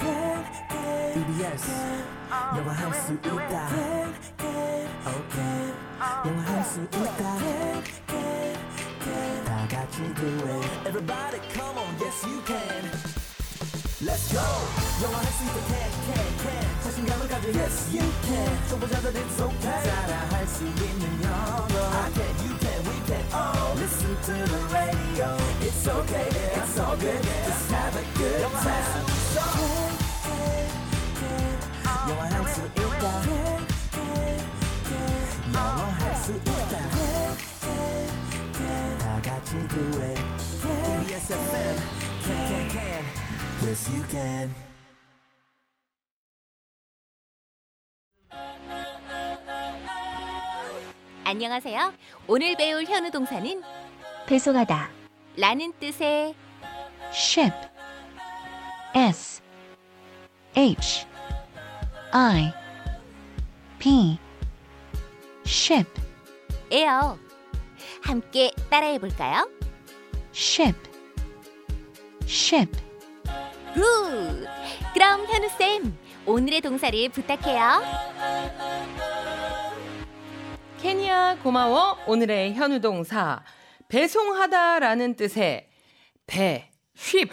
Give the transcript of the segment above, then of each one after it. E yes 영화할 수 있다 E okay 영화할 수 있다 다 같이 do it everybody come on yes you can Let's go 영화할 수 있다 can E can can 자신감을 가져 yes you can 초보자들 it's okay 따라할 수 있는 영어 I can you can we can all listen to the radio it's okay yeah, it's all good just have a good time 영화할 수 있다 영화할 수 있다 다 같이 do it KBS FM can can can yes you can 안녕하세요. 오늘 배울 현우 동사는 배송하다. 라는 뜻의 ship S H I P ship 에요. 함께 따라해 볼까요? ship ship 굿! 그럼 현우쌤, 오늘의 동사를 부탁해요. 케냐 고마워 오늘의 현우 동사 배송하다라는 뜻의 배 쉽.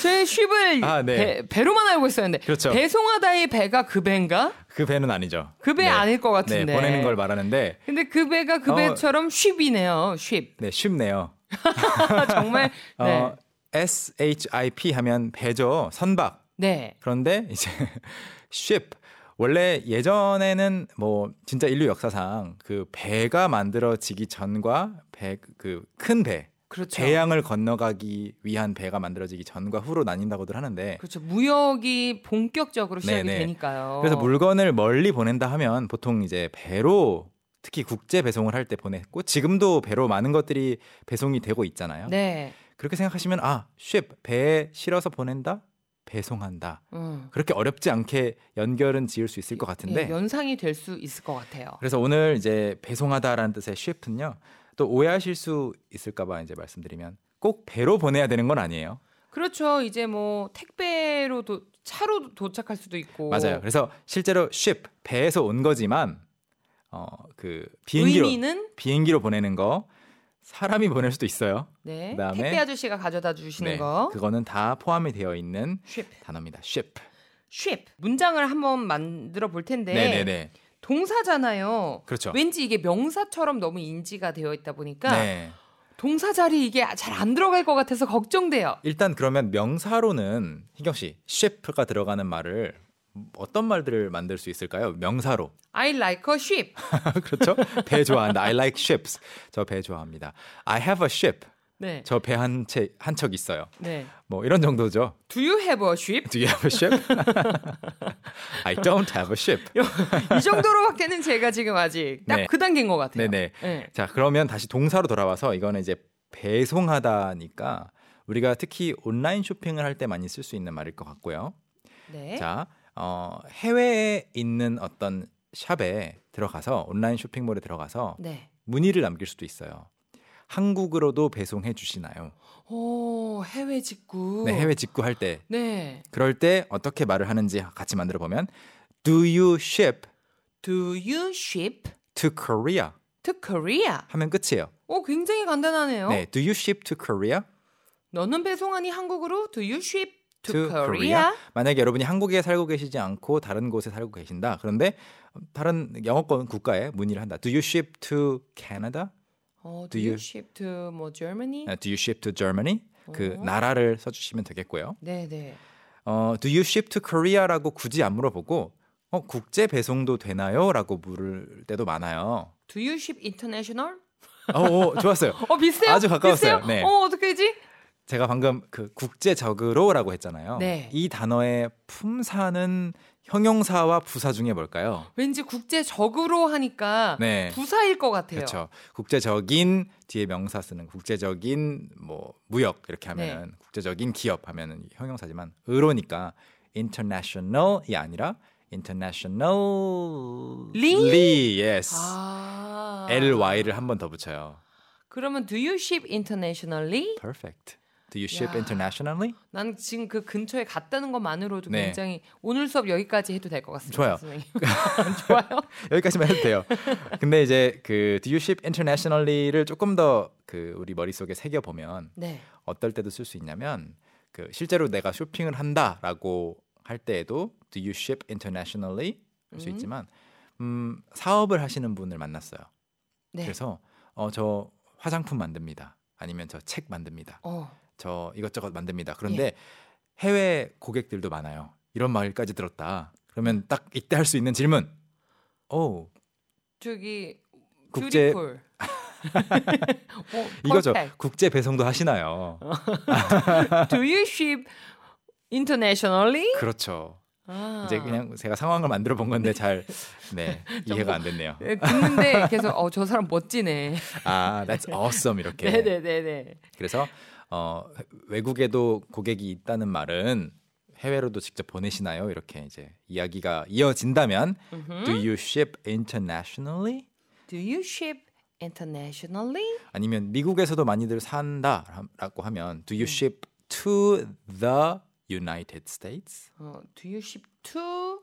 제 쉽을 아, 네. 배, 배로만 알고 있었는데 그렇죠. 배송하다의 배가 그 배인가? 그 배는 아니죠. 그 배 아닐 것 같은데. 네, 보내는 걸 말하는데 근데 그 배가 그 어. 배처럼 쉽이네요. 쉽. 네, 쉽네요. 정말 어, 네. SHIP 하면 배죠. 선박. 네. 그런데 이제 ship 원래 예전에는 뭐 진짜 인류 역사상 그 배가 만들어지기 전과 배 그 큰 배, 그렇죠. 대양을 건너가기 위한 배가 만들어지기 전과 후로 나뉜다고들 하는데 그렇죠. 무역이 본격적으로 시작이 네, 네. 되니까요. 그래서 물건을 멀리 보낸다 하면 보통 이제 배로 특히 국제 배송을 할 때 보냈고 지금도 배로 많은 것들이 배송이 되고 있잖아요. 네. 그렇게 생각하시면 아, 쉽 배에 실어서 보낸다, 배송한다. 음. 그렇게 어렵지 않게 연결은 지을 수 있을 것 같은데. 예, 연상이 될 수 있을 것 같아요. 그래서 오늘 이제 배송하다라는 뜻의 쉽은요. 또 오해하실 수 있을까봐 이제 말씀드리면 꼭 배로 보내야 되는 건 아니에요. 그렇죠. 이제 뭐 택배로도 차로 도착할 수도 있고. 맞아요. 그래서 실제로 쉽 배에서 온 거지만 어 그 비행기로 의미는 비행기로 보내는 거 사람이 보낼 수도 있어요. 네. 그다음에- 택배 아저씨가 가져다 주시는 네, 거. 그거는 다 포함이 되어 있는 쉽. 단어입니다. ship. 쉽. 문장을 한번 만들어 볼 텐데. 네, 네, 네. 동사잖아요. 그렇죠. 왠지 이게 명사처럼 너무 인지가 되어 있다 보니까 네. 동사 자리 이게 잘 안 들어갈 것 같아서 걱정돼요. 일단 그러면 명사로는 희경 씨, ship가 들어가는 말을 어떤 말들을 만들 수 있을까요? 명사로. I like a ship. 그렇죠? 배 좋아한다. I like ships. 저 배 좋아합니다. I have a ship. 네. 저 배 한 채 한 척 있어요. 네. 뭐 이런 정도죠. Do you have a ship? Do you have a ship? I don't have a ship. 이 정도로밖에는 제가 지금 아직 딱 네. 그 단계인 것 같아요. 네네. 네. 자 그러면 다시 동사로 돌아와서 이거는 이제 배송하다니까 우리가 특히 온라인 쇼핑을 할 때 많이 쓸 수 있는 말일 것 같고요. 네. 자 어, 해외에 있는 어떤 샵에 들어가서 온라인 쇼핑몰에 들어가서 네. 문의를 남길 수도 있어요. 한국으로도 배송해 주시나요? 오, 해외 직구. 네, 해외 직구할 때 네. 그럴 때 어떻게 말을 하는지 같이 만들어 보면 Do you ship Do you ship to Korea? to Korea? 하면 끝이에요. 오, 굉장히 간단하네요. 네, Do you ship to Korea? 너는 배송하니 한국으로 Do you ship to, to Korea? 만약에 여러분이 한국에 살고 계시지 않고 다른 곳에 살고 계신다. 그런데 다른 영어권 국가에 문의를 한다. Do you ship to Canada? 어, do Do you you- ship to 뭐 Germany? 아, Do you ship to Germany? 그 어. 나라를 써주시면 되겠고요. 네, 네. 어, Do you ship to Korea라고 굳이 안 물어보고 어, 국제 배송도 되나요?라고 물을 때도 많아요. Do you ship international? 어, 오, 좋았어요. 어, 비슷해요? 아주 가까웠어요. 비슷해요? 네. 어, 어떻게 하지? 제가 방금 그 국제적으로라고 했잖아요. 네. 이 단어의 품사는 형용사와 부사 중에 뭘까요? 왠지 국제적으로 하니까 네. 부사일 것 같아요. 그렇죠. 국제적인 뒤에 명사 쓰는 국제적인 뭐 무역 이렇게 네. 하면은 국제적인 기업 하면은 형용사지만 의로니까 international이 아니라 international 리? yes 아. ly를 한 번 더 붙여요. 그러면 do you ship internationally? perfect. Do you 야. ship internationally? 난 지금 그 근처에 갔다는 것만으로도 네. 굉장히 오늘 수업 여기까지 해도 될 것 같습니다. 좋아요. 선생님. 좋아요. 여기까지만 해도 돼요. 근데 이제 그 Do you ship internationally를 조금 더 그 우리 머릿속에 새겨 보면 네. 어떨 때도 쓸 수 있냐면 그 실제로 내가 쇼핑을 한다라고 할 때에도 do you ship internationally 할 수 음. 있지만 음, 사업을 하시는 분을 만났어요. 네. 그래서 어, 저 화장품 만듭니다. 아니면 저 책 만듭니다. 어. 저 이것저것 만듭니다. 그런데 예. 해외 고객들도 많아요. 이런 말까지 들었다. 그러면 딱 이때 할 수 있는 질문. 오, 저기 국제- 뷰티풀. 어, 이거죠. perfect. 국제 배송도 하시나요? 어. Do you ship internationally? 그렇죠. 아. 이제 그냥 제가 상황을 만들어 본 건데 잘 네, 이해가 안 됐네요. 네, 듣는데 계속 어 저 사람 멋지네. 아, that's awesome 이렇게. 네네네네. 그래서 어, 외국에도 고객이 있다는 말은 해외로도 직접 보내시나요? 이렇게 이제 이야기가 이어진다면 do you ship internationally? Do you ship internationally? 아니면 미국에서도 많이들 산다라고 하면 do 음. you ship to the United States? 어, do you ship to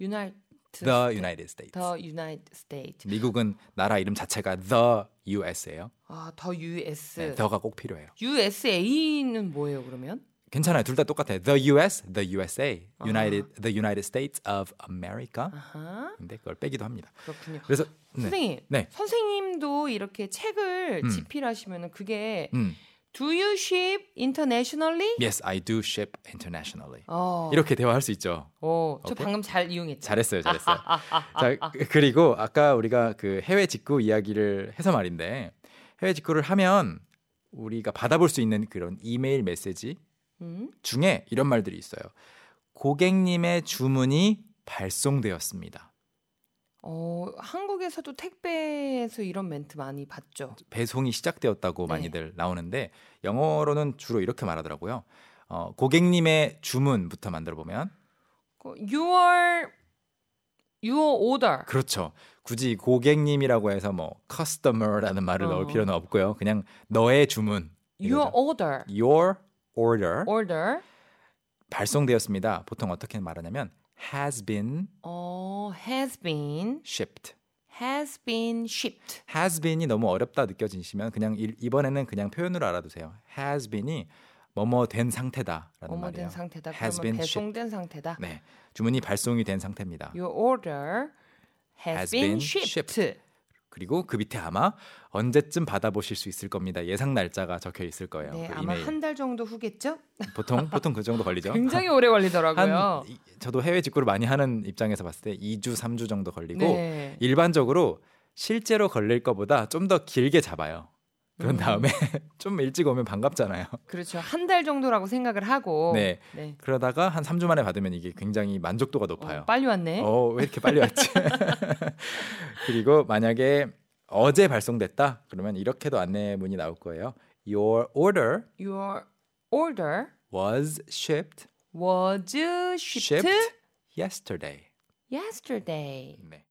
United the United States. the United States? 미국은 나라 이름 자체가 the US예요. 아, the US. 네, the가 꼭 필요해요. USA는 뭐예요, 그러면? 괜찮아요. 둘 다 똑같아요. The US, the USA, United, the United States of America. 아. 아하. 근데 그걸 빼기도 합니다. 그렇군요. 그래서 네. 선생님, 네. 선생님도 이렇게 책을 집필하시면 그게 음, Do you ship internationally? yes, I do ship internationally. 어, 이렇게 대화할 수 있죠. 어, 저 오케이. 방금 잘 이용했죠. 아, 잘했어요, 잘했어요. 자, 그리고 아까 우리가 그 해외 직구 이야기를 해서 말인데 해외 직구를 하면 우리가 받아볼 수 있는 그런 이메일 메시지 음? 중에 이런 말들이 있어요. 고객님의 주문이 발송되었습니다. 어, 한국에서도 택배에서 이런 멘트 많이 봤죠. 배송이 시작되었다고 네. 많이들 나오는데 영어로는 주로 이렇게 말하더라고요. 어, 고객님의 주문부터 만들어 보면 그 Your your order. 그렇죠. 굳이 고객님이라고 해서 뭐 customer라는 말을 넣을 어. 필요는 없고요. 그냥 너의 주문. Your 이거죠. order. Your order order. 발송되었습니다. 보통 어떻게 말하냐면 has been 어, has been shipped. has been shipped. has been이 너무 어렵다 느껴지시면 그냥 이- 이번에는 그냥 표현으로 알아두세요. has been이 뭐뭐 된 상태다라는 말이에요. 어머된 상태다. has 그러면 been shipped. 배송된 상태다. 네. 주문이 발송이 된 상태입니다. Your order has, Has been, been shipped. shipped. 그리고 그 밑에 아마 언제쯤 받아보실 수 있을 겁니다. 예상 날짜가 적혀 있을 거예요. 네, 그 아마 이메일. 한 달 정도 후겠죠? 보통 보통 그 정도 걸리죠. 굉장히 오래 걸리더라고요. 한 이- 저도 해외 직구를 많이 하는 입장에서 봤을 때 2주, 3주 정도 걸리고 네. 일반적으로 실제로 걸릴 거보다 좀 더 길게 잡아요. 그런 다음에 좀 일찍 오면 반갑잖아요. 그렇죠. 한 달 정도라고 생각을 하고 네. 네. 그러다가 한 3주 만에 받으면 이게 굉장히 만족도가 높아요. 어, 빨리 왔네. 어, 왜 이렇게 빨리 왔지? 그리고 만약에 어제 발송됐다? 그러면 이렇게도 안내문이 나올 거예요. Your order Your order was shipped, was shipped, shipped yesterday. yesterday. 네.